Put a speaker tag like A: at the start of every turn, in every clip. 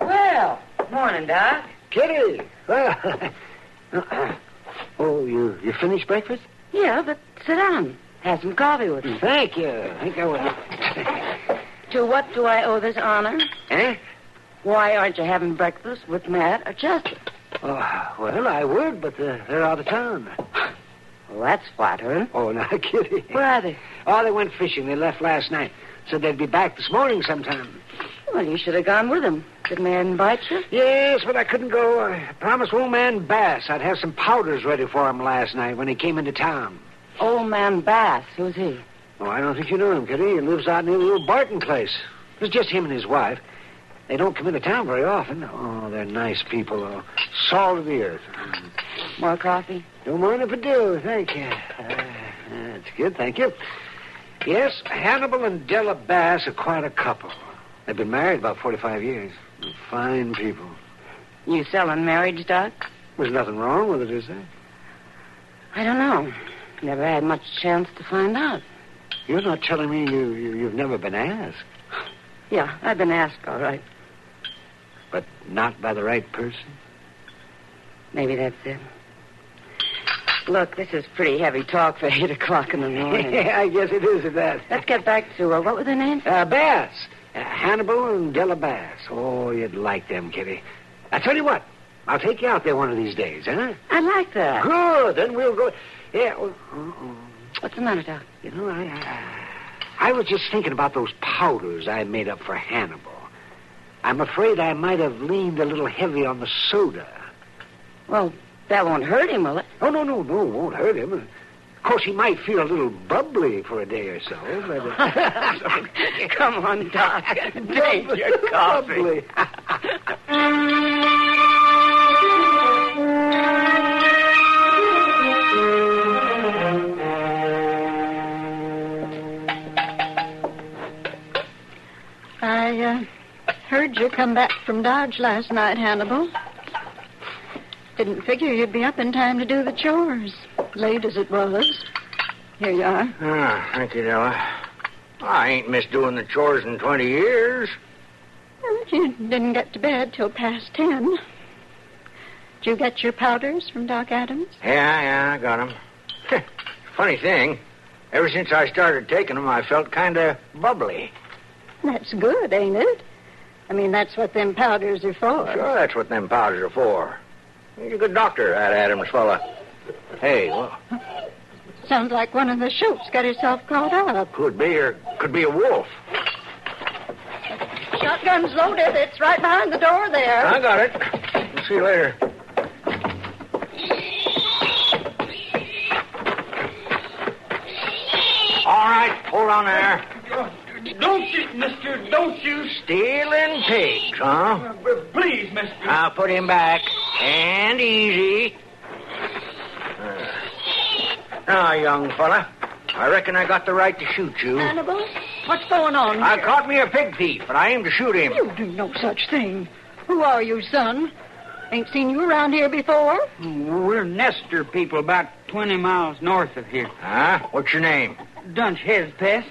A: Well, morning, Doc.
B: Kitty! Well, oh, you, you finished breakfast?
A: Yeah, but sit down. Have some coffee with me.
B: Thank you. I think I will.
A: To what do I owe this honor?
B: eh?
A: Why aren't you having breakfast with Matt or Chester?
B: Oh, well, I would, but uh, they're out of town.
A: Well, that's flattering.
B: Oh, now, Kitty.
A: Where are they?
B: Oh, they went fishing. They left last night. Said they'd be back this morning sometime.
A: Well, you should have gone with them. Didn't they invite you?
B: Yes, but I couldn't go. I promised old man Bass I'd have some powders ready for him last night when he came into town.
A: Old man Bass, who's he?
B: Oh, I don't think you know him, Kitty. He lives out near the old Barton place. It was just him and his wife. They don't come into town very often. Oh, they're nice people, though. Salt of the earth.
A: More coffee?
B: Don't mind if I do, thank you. Uh, that's good, thank you. Yes, Hannibal and Della Bass are quite a couple. They've been married about 45 years. Fine people.
A: You selling marriage, Doc?
B: There's nothing wrong with it, is there?
A: I don't know. Never had much chance to find out.
B: You're not telling me you, you, you've never been asked,
A: Yeah, I've been asked, all right.
B: but not by the right person?
A: Maybe that's it. Look, this is pretty heavy talk for 8 o'clock in the morning.
B: I guess it is at that.
A: Let's get back to, uh, what were their names?
B: Uh, Bass. Uh, Hannibal and Della Bass. Oh, you'd like them, Kitty. I tell you what, I'll take you out there one of these days, huh?
A: I like that.
B: Good, then we'll go. Yeah, well, uh-uh.
A: What's the matter, Doc?
B: you know, I, I, I was just thinking about those powders I made up for Hannibal. I'm afraid I might have leaned a little heavy on the soda.
A: Well, that won't hurt him, will it?
B: Oh, no, no, no, won't hurt him. Of course, he might feel a little bubbly for a day or so, but... uh,
A: Come on, Doc. Take your coffee.
B: Bubbly.
C: I uh, heard you come back from Dodge last night, Hannibal. Didn't figure you'd be up in time to do the chores, late as it was. Here you are.
D: Ah, thank you, Della. I ain't missed doing the chores in 20 years.
C: Well, You didn't get to bed till past ten. Did you get your powders from Doc Adams?
D: Yeah, yeah, I got 'em. Funny thing, ever since I started taking 'em, I felt kind of bubbly.
C: That's good, ain't it? I mean, that's what them powders are for.
D: Sure, that's what them powders are for. He's a good doctor, that Adams fella. Hey, well,
C: Sounds like one of the shoats got herself caught up.
D: could be or could be a wolf.
C: Shotgun's loaded. It's right behind the door there.
D: I got it. We'll see you later. All right, hold on there.
E: Don't you, mister, don't you. Uh,
D: Stealing pigs, huh?
E: Please, mister.
D: I'll put him back. And
B: Uh,
D: easy. Ah, now, young fella,
B: I reckon I got the right to shoot you.
F: Hannibal, what's going on?
B: I caught me a pig thief, and I aimed to shoot him.
F: You do no such thing. Who are you, son? Ain't seen you around here before.
E: We're Nestor people about 20 miles north of here.
B: Huh? What's your name?
E: Dunch heads, Pest.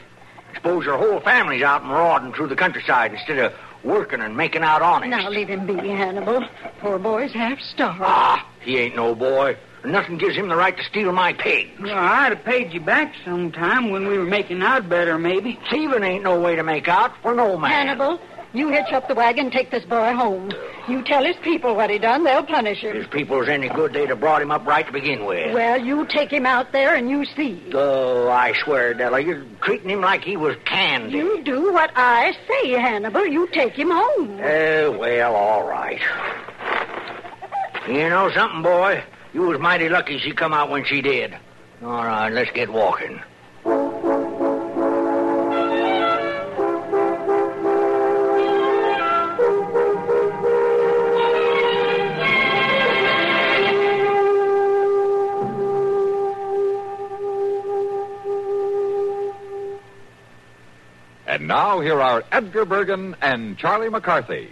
B: Suppose your whole family's out marauding through the countryside instead of working and making out honest.
F: Now leave him be, Hannibal. Poor boy's half starved.
B: Ah, he ain't no boy. Nothing gives him the right to steal my pig.
E: Well, I'd have paid you back sometime when we were making out better, maybe.
B: Thieving ain't no way to make out for no man.
F: Hannibal, you hitch up the wagon, take this boy home. You tell his people what he done, they'll punish him.
B: If people's any good, they'd have brought him up right to begin with.
F: Well, you take him out there and you see.
B: Oh, I swear, Della, you're treating him like he was candy.
F: You do what I say, Hannibal. You take him home.
B: Oh, well, all right. You know something, boy? You was mighty lucky she come out when she did. All right, let's get walking.
G: And now here are Edgar Bergen and Charlie McCarthy.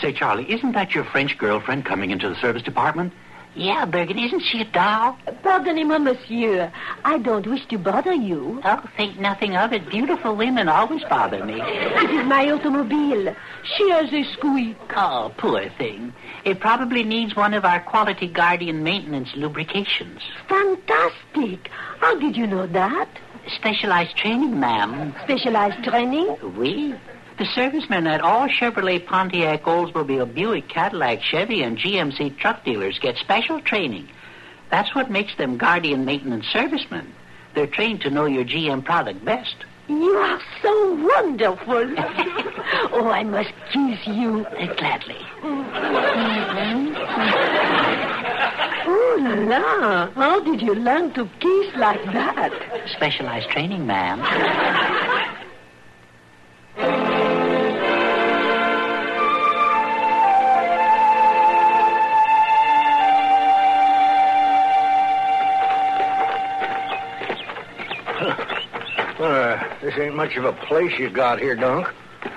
H: Say, Charlie, isn't that your French girlfriend coming into the service department?
I: Yeah, Bergen, isn't she a doll?
J: Pardonnez-moi, monsieur. I don't wish to bother you.
I: Oh, think nothing of it. Beautiful women always bother me.
J: It is my automobile. She has a squeak.
I: Oh, poor thing. It probably needs one of our quality guardian maintenance lubrications.
J: Fantastic. How did you know that?
I: Specialized training, ma'am.
J: Specialized training?
I: We? The servicemen at all Chevrolet, Pontiac, Oldsmobile, Buick, Cadillac, Chevy, and GMC truck dealers get special training. That's what makes them guardian maintenance servicemen. They're trained to know your GM product best.
J: You are Ah, so wonderful. oh, I must kiss you.
I: Uh, Gladly.
J: Oh, la la. How did you learn to kiss like that?
I: Specialized training, ma'am.
B: Uh, this ain't much of a place you got here, Dunk.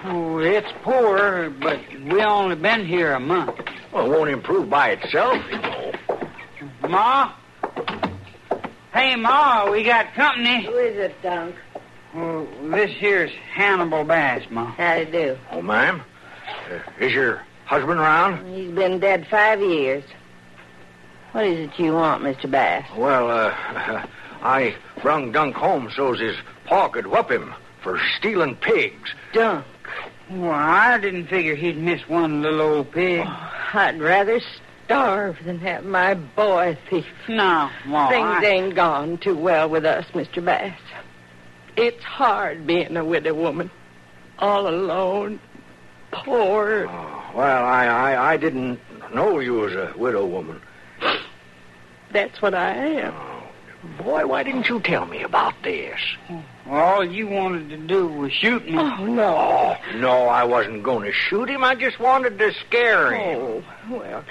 E: Oh, it's poor, but we only been here a month.
B: Well, it won't improve by itself, you know.
E: Ma? Hey, Ma, we got company.
A: Who is it, Dunk?
E: Oh, this here's Hannibal Bass, Ma.
A: How to do?
B: Oh, ma'am? Uh, is your husband around?
A: He's been dead five years. What is it you want, Mr. Bass?
B: Well, uh, I brung Dunk home so's his paw could whup him for stealing pigs.
A: Dunk.
E: Well, I didn't figure he'd miss one little old pig.
A: Oh, I'd rather starve than have my boy thief.
E: No, Ma.
A: Things
E: I-
A: ain't gone too well with us, Mr. Bass. It's hard being a widow woman. All alone. Poor.
B: Oh, well, I, I, I didn't know you was a widow woman.
A: That's what I am.
B: Boy, why didn't you tell me about this?
E: All you wanted to do was shoot me.
A: Oh, no.
B: No, I wasn't going to shoot him. I just wanted to scare him.
A: Oh, well.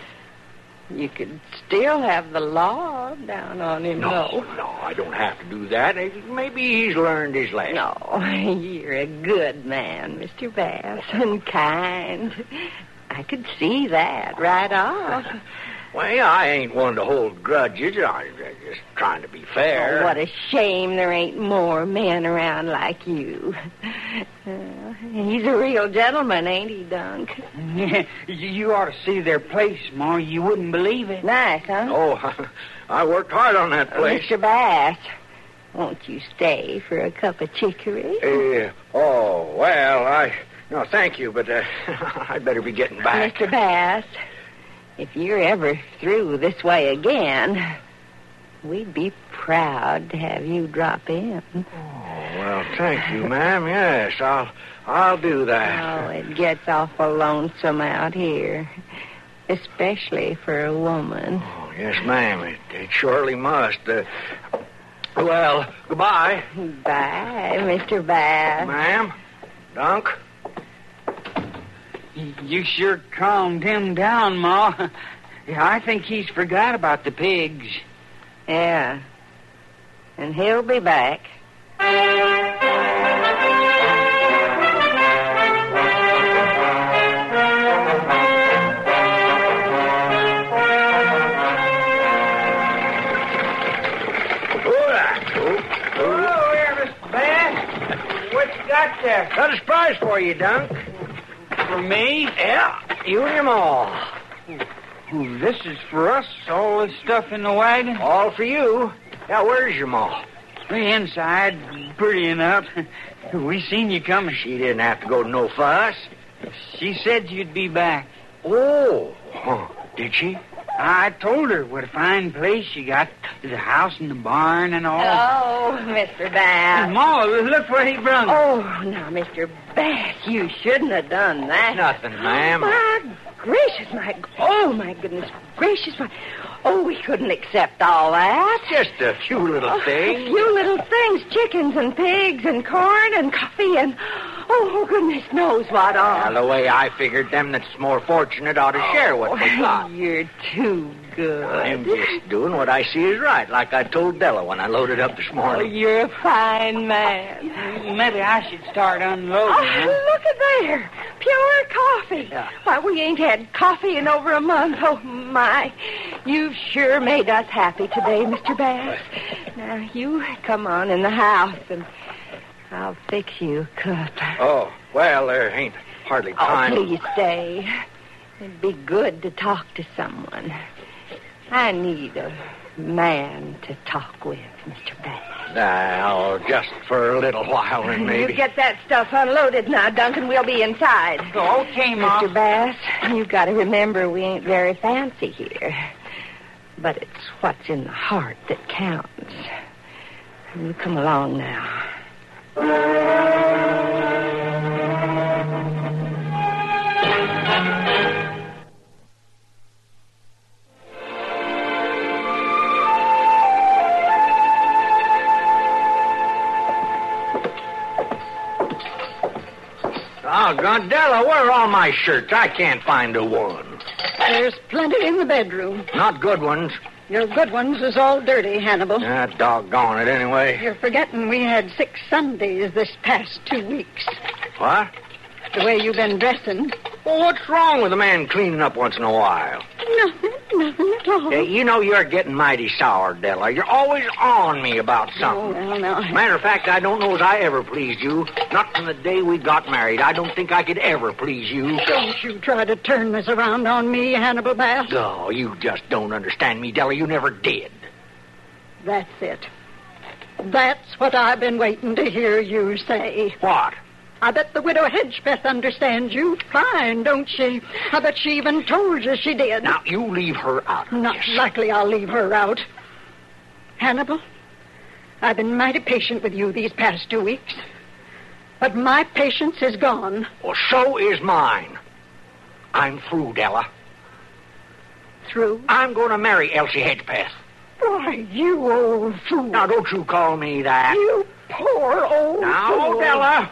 A: You could still have the law down on him,
B: no, no, I don't have to do that. Maybe he's learned his lesson.
A: though. No, you're a good man, Mr. Bass, and kind. I could see that right off.
B: Well, yeah, I ain't one to hold grudges. I- I'm just trying to be fair.
A: Oh, what a shame there ain't more men around like you. Uh, he's a real gentleman, ain't he, Dunk?
E: Yeah, you, you ought to see their place, Ma. You wouldn't believe it.
A: Nice, huh?
B: Oh, I worked hard on that place.
A: Mr. Bass, won't you stay for a cup of chicory?
B: Eh, oh, well, I... No, thank you, but uh, I'd better be getting back.
A: Mr. Bass, if you're ever through this way again, we'd be proud to have you drop in.
B: Oh, well, thank you, ma'am. Yes, I'll... I'll do
A: Oh,
B: that.
A: it gets awful lonesome out here, especially for a woman.
B: Oh, yes, ma'am. It, it surely must. Uh, well, goodbye,
A: Bye, Mr. Bass.
B: ma'am. Dunk.
E: You, you sure calmed him down, Ma. Yeah, I think he's forgot about the pigs.
A: Yeah.
K: and he'll be back.
B: Hello there, Mr. Bass. What you got there? Got a surprise for you, Dunk. For me? Yeah, you and your ma. This is for us, all this stuff in the wagon? All for you. Now, where's your ma? Inside, prettying up. We seen you coming. She didn't have to go to no fuss. She said you'd be back. Oh, huh. did she?
E: I told her what a fine place you got. The house and the barn and all.
K: Oh, Mr. Bass.
E: Ma, look what he brung.
K: Oh, now, Mr. Bass, you shouldn't have done that.
B: Nothing, Oh, ma'am.
K: My gracious, my... Oh, my goodness gracious, my... Oh, we couldn't accept all that.
B: Just a few little
K: Oh,
B: things.
K: A few little things, chickens and pigs and corn and coffee and... Oh, goodness knows what all.
B: Now, the way I figured, them that's more fortunate ought to share what they got.
K: Oh, You're too good.
B: I'm just doing what I see is right, like I told Della when I loaded up this
K: Oh,
B: morning.
K: you're a fine man.
E: Maybe I should start unloading. huh?
K: Oh, look at there. Pure coffee. Why, we ain't had coffee in over a month. Oh, my. You've sure made us happy today, Mr. Bass. Now, you come on in the house, and I'll fix you a cup.
B: Oh, well, there ain't hardly time.
K: Oh, please stay. It'd be good to talk to someone. I need a man to talk with, Mr. Bass.
B: Now, just for a little while, and maybe.
K: You get that stuff unloaded now, Duncan. We'll be inside.
E: Okay, Mom.
K: Mr. Bass, you've got to remember we ain't very fancy here. But it's what's in the heart that counts. You come along now.
B: Oh, Gondella, where are all my shirts? I can't find a one.
A: There's plenty in the bedroom.
B: Not good ones.
A: Your good ones is all dirty, Hannibal.
B: Ah, doggone it, anyway.
A: You're forgetting we had six Sundays this past two weeks.
B: What?
A: The way you've been dressing.
B: Well, what's wrong with a man cleaning up once in a while?
A: Nothing, nothing at all.
B: Yeah, you know you're getting mighty sour, Della. You're always on me about
A: Oh,
B: something.
A: well, now.
B: Matter of fact, I don't know as I ever pleased you. Not from the day we got married. I don't think I could ever please you.
A: Don't you try to turn this around on me, Hannibal Bass.
B: Oh, you just don't understand me, Della. You never did.
A: That's it. That's what I've been waiting to hear you say.
B: What?
A: I bet the widow Hedgebeth understands you fine, don't she? I bet she even told you she did.
B: Now, you leave her out.
A: Not likely I'll leave her out. Hannibal, I've been mighty patient with you these past two weeks. But my patience is gone.
B: Well, so is mine. I'm through, Della.
A: Through?
B: I'm going to marry Elsie Hedgepath.
A: Why, you old fool.
B: Now, don't you call me that.
A: You poor old
B: Now, oh,
A: fool.
B: Della.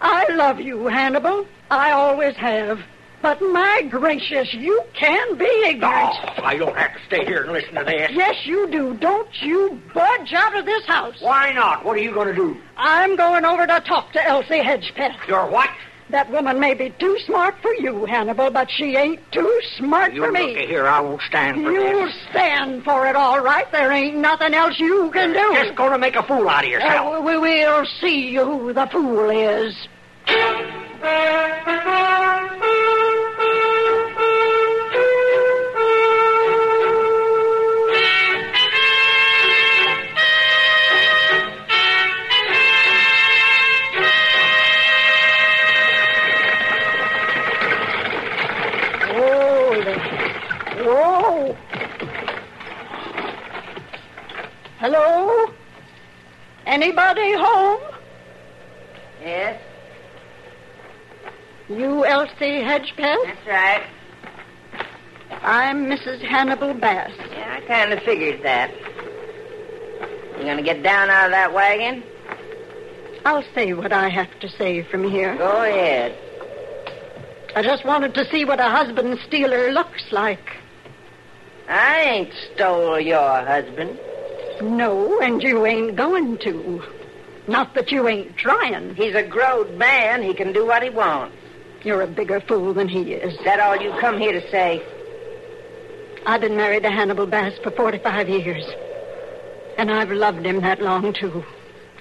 A: I love you, Hannibal. I always have. But my gracious, you can be ignorant.
B: Oh, I don't have to stay here and listen to this.
A: Yes, you do. Don't you budge out of this house.
B: Why not? What are you going to do?
A: I'm going over to talk to Elsie Hedgepeth.
B: You're what?
A: That woman may be too smart for you, Hannibal, but she ain't too smart
B: You
A: for me.
B: look here. I won't stand for
A: You'll
B: this.
A: stand for it, all right. There ain't nothing else you can do.
B: Just going to make a fool out of yourself.
A: Uh, we will see who the fool is. Whoa there. Whoa. Hello? Anybody home?
K: Yes,
A: You, Elsie Hedgepeth?
K: that's right.
A: I'm Mrs. Hannibal Bass.
K: Yeah, I kind of figured that. You gonna get down out of that wagon?
A: I'll say what I have to say from here.
K: Go ahead.
A: I just wanted to see what a husband stealer looks like.
K: I ain't stole your husband.
A: No, and you ain't going to. Not that you ain't trying.
E: He's a growed man. He can do what he wants.
A: You're a bigger fool than he is.
E: Is that all you come here to say?
A: I've been married to Hannibal Bass for 45 years. And I've loved him that long, too.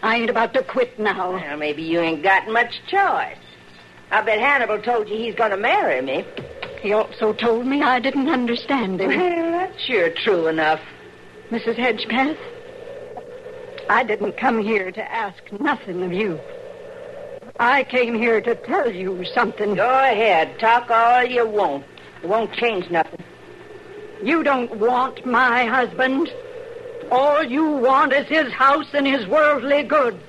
A: I ain't about to quit now.
E: Well, maybe you ain't got much choice. I bet Hannibal told you he's going to marry me.
A: He also told me I didn't understand him.
E: Well, that's sure true enough.
A: Mrs. Hedgepath, I didn't come here to ask nothing of you. I came here to tell you something.
E: Go ahead. Talk all you want. It won't change nothing.
A: You don't want my husband. All you want is his house and his worldly goods.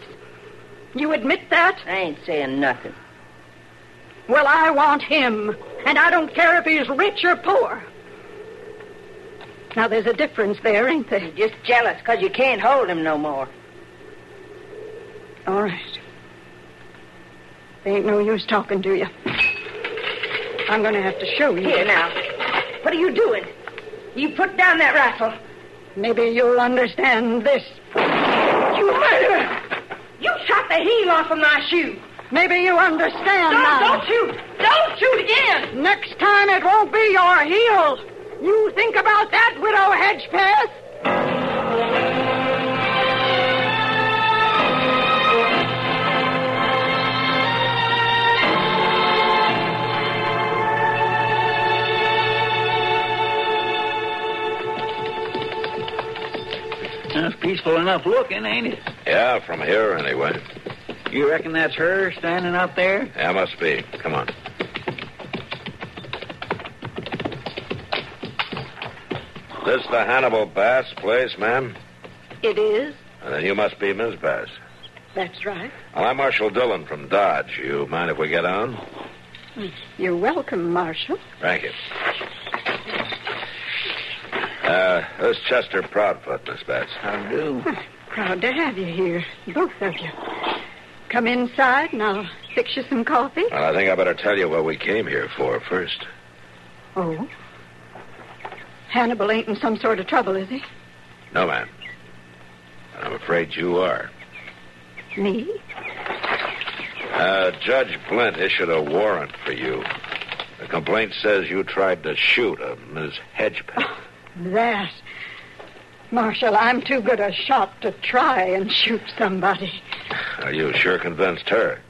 A: You admit that?
E: I ain't saying nothing.
A: Well, I want him, and I don't care if he's rich or poor. Now, there's a difference there, ain't there?
E: You're just jealous because you can't hold him no more.
A: All right. There ain't no use talking to you. I'm going to have to show you.
E: Here now. What are you doing? You put down that rifle.
A: Maybe you'll understand this.
E: You murderer! You shot the heel off of my shoe.
A: Maybe you understand
E: Don't,
A: now.
E: don't shoot! Don't shoot again!
A: Next time it won't be your heel. You think about that, Widow Hedgepath.
G: That's peaceful enough looking, ain't it?
B: Yeah, from here anyway.
G: You reckon that's her standing up there?
B: Yeah, must be. Come on. This the Hannibal Bass place, ma'am?
A: It is.
B: And then you must be Miss Bass.
A: That's right.
B: Well, I'm Marshal Dillon from Dodge. You mind if we get on?
A: You're welcome, Marshal.
B: Thank you. Uh, this Chester Proudfoot, Miss Bass.
G: I do.
A: Proud to have you here, both of you. Come inside and I'll fix you some coffee.
B: Well, I think I better tell you what we came here for first.
A: Oh? Hannibal ain't in some sort of trouble, is he?
B: No, ma'am. But I'm afraid you are.
A: Me?
B: Uh, Judge Blint issued a warrant for you. The complaint says you tried to shoot a Miss Hedgepath.
A: That. Marshal, I'm too good a shot to try and shoot somebody.
B: Now, you sure convinced her.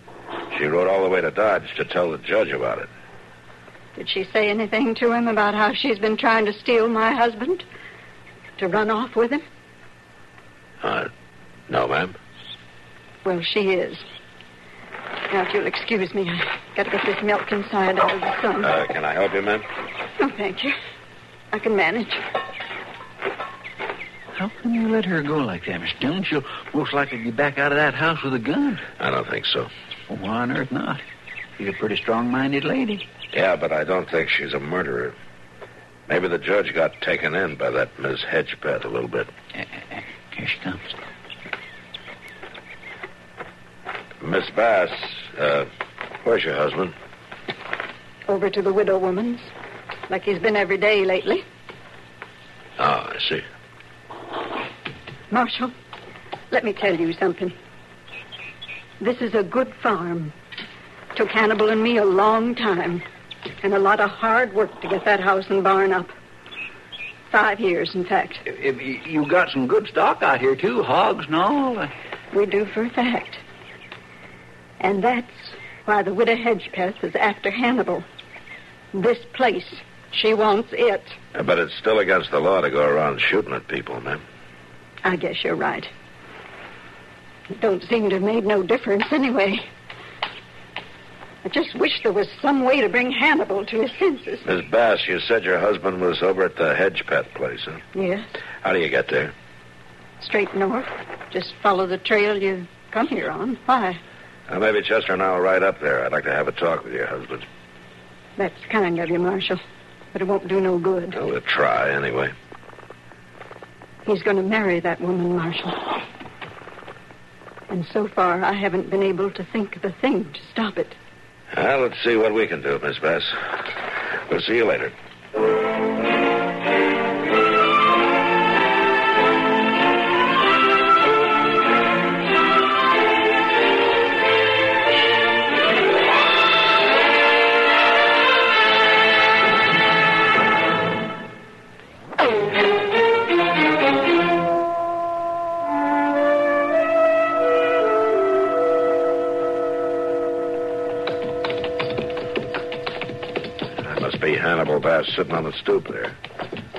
B: She rode all the way to Dodge to tell the judge about it.
A: Did she say anything to him about how she's been trying to steal my husband? To run off with him?
B: Uh, no, ma'am.
A: Well, she is. Now, if you'll excuse me, I've got to get this milk inside out of the sun.
B: Uh, can I help you, ma'am?
A: Oh, thank you. I can manage.
G: How can you let her go like that, Miss Dillon? She'll most likely be back out of that house with a gun.
B: I don't think so.
G: Well, why on earth not? She's a pretty strong-minded lady.
B: Yeah, but I don't think she's a murderer. Maybe the judge got taken in by that Miss Hedgepath a little bit.
G: Eh, Here she comes.
B: Miss Bass, uh, where's your husband?
A: Over to the widow woman's, like he's been every day lately.
B: Oh, I see.
A: Marshal, let me tell you something. This is a good farm. Took Hannibal and me a long time and a lot of hard work to get that house and barn up. Five years, in fact.
G: If you- you got some good stock out here, too. Hogs and all.
A: We do for a fact. And that's why the widow Hedgepath is after Hannibal. This place. She wants it.
B: Uh, But it's still against the law to go around shooting at people, ma'am.
A: I guess you're right. It don't seem to have made no difference anyway. I just wish there was some way to bring Hannibal to his senses.
B: Miss Bass, you said your husband was over at the Hedgepeth place, huh?
A: Yes,
B: How do you get there?
A: straight north. Just follow the trail you come here on. Why?
B: Uh, maybe Chester and I will ride up there. I'd like to have a talk with your husband.
A: That's kind of you, Marshal. But it won't do no good.
B: Well, we'll try anyway.
A: He's going to marry that woman, Marshal. And so far, I haven't been able to think of a thing to stop it.
B: Well, let's see what we can do, Miss Bass. We'll see you later.
L: be Hannibal Bass sitting on the stoop there.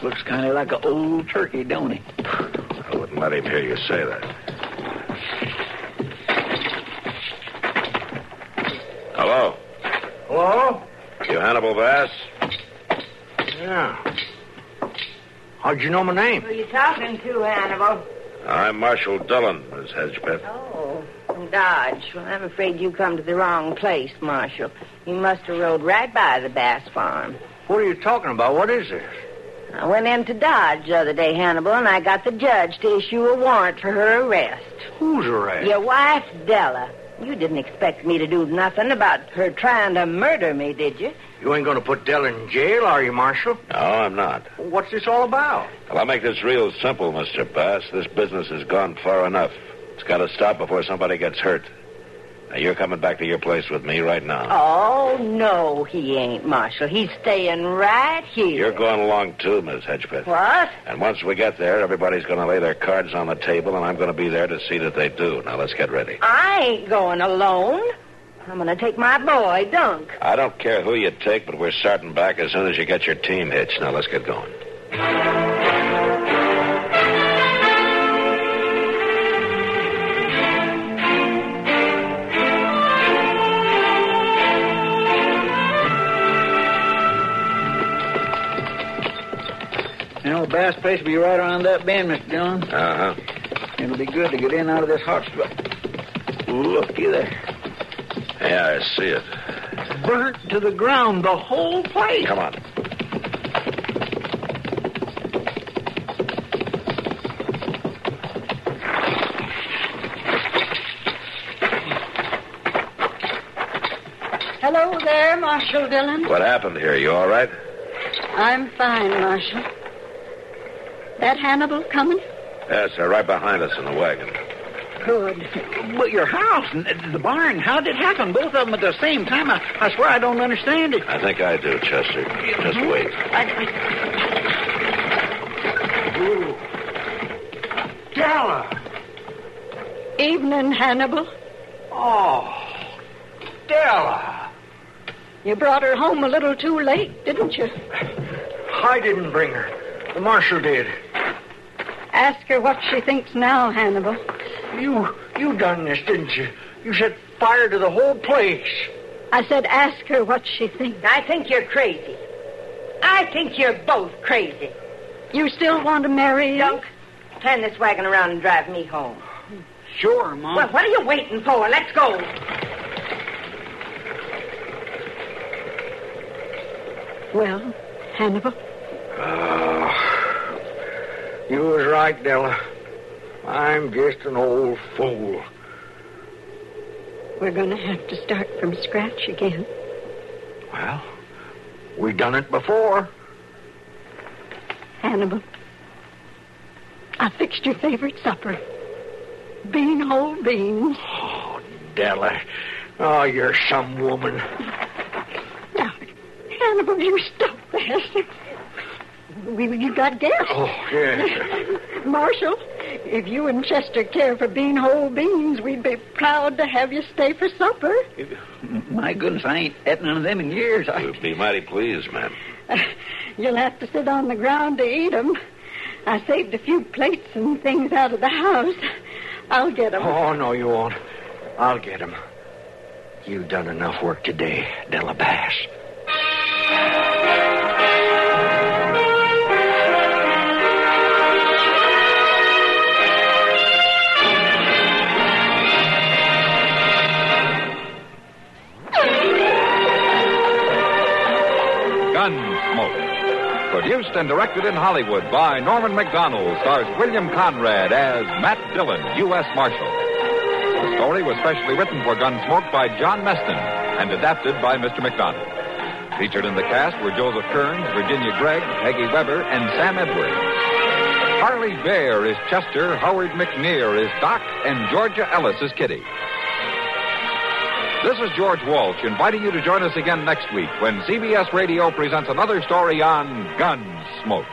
E: Looks kind of like an old turkey, don't he?
L: I wouldn't let him hear you say that. Hello.
B: Hello?
L: You Hannibal Bass?
B: Yeah.
L: How'd you know my
A: Who you talking to, Hannibal?
L: I'm Marshal Dillon, Miss Hedgepeth.
A: Oh, Dodge. Well, I'm afraid you come to the wrong place, Marshal. You must have rode right by the Bass Farm.
B: What are you talking about? What is this?
A: I went into Dodge the other day, Hannibal, and I got the judge to issue a warrant for her arrest.
B: Who's arrest?
A: Your wife, Della. You didn't expect me to do nothing about her trying to murder me, did you?
B: You ain't going to put Dell in jail, are you, Marshal?
L: No, I'm not.
B: What's this all about?
L: Well, I'll make this real simple, Mr. Bass. This business has gone far enough. It's got to stop before somebody gets hurt. Now, you're coming back to your place with me right now.
A: Oh, no, he ain't, Marshal. He's staying right here.
L: You're going along too, Miss Hedgepeth.
A: What?
L: And once we get there, everybody's going to lay their cards on the table, and I'm going to be there to see that they do. Now, let's get ready.
A: I ain't going alone. I'm going to take my boy, Dunk.
L: I don't care who you take, but we're starting back as soon as you get your team hitched. Now, let's get going.
E: You know, Bass Place will be right around that bend, Mr. Dillon.
L: Uh huh.
E: It'll be good to get in out of this hot spot. Looky there.
L: Yeah, I see it.
E: Burnt to the ground, the whole place.
L: Come on.
M: Hello there, Marshal Dillon.
L: What happened here? You all right?
M: I'm fine, Marshal. That Hannibal coming?
L: Yes, they're right behind us in the wagon.
E: Good. But your house and the barn, how did it happen? Both of them at the same time? I, I swear I don't understand it.
L: I think I do, Chester. Just wait.
B: Della!
M: Evening, Hannibal.
B: Oh, Della!
M: You brought her home a little too late, didn't you?
B: I didn't bring her. The marshal did.
M: Ask her what she thinks now, Hannibal.
B: You you done this, didn't you? You set fire to the whole place.
M: I said ask her what she thinks.
A: I think you're crazy. I think you're both crazy.
M: You still want to marry him?
A: Dunk, turn this wagon around and drive me home.
E: Sure, Mom.
A: Well, what are you waiting for? Let's go.
M: Well, Hannibal,
B: You was right, Della. I'm just an old fool.
M: we're going to have to start from scratch again.
B: Well, we done it before.
M: Hannibal, I fixed your favorite supper. Bean whole beans.
B: Della. Oh, you're some woman.
M: Hannibal, you stop that. We, you got guests.
B: Oh, yeah.
M: Marshal, if you and Chester care for bean whole beans, we'd be proud to have you stay for supper.
E: My goodness, I ain't at none of them in years. I...
L: You'll be mighty pleased, ma'am.
M: You'll have to sit on the ground to eat 'em. I saved a few plates and things out of the house. I'll get 'em.
B: Oh, no, you won't. I'll get him. You've done enough work today, Della Bass.
G: Gunsmoke. Produced and directed in Hollywood by Norman McDonald, stars William Conrad as Matt Dillon, U.S. Marshal. The story was specially written for Gunsmoke by John Meston and adapted by Mr. McDonald. Featured in the cast were Joseph Kearns, Virginia Gregg, Peggy Weber, and Sam Edwards. Harley Bear is Chester, Howard McNear is Doc, and Georgia Ellis is Kitty. This is George Walsh inviting you to join us again next week when CBS Radio presents another story on Gunsmoke.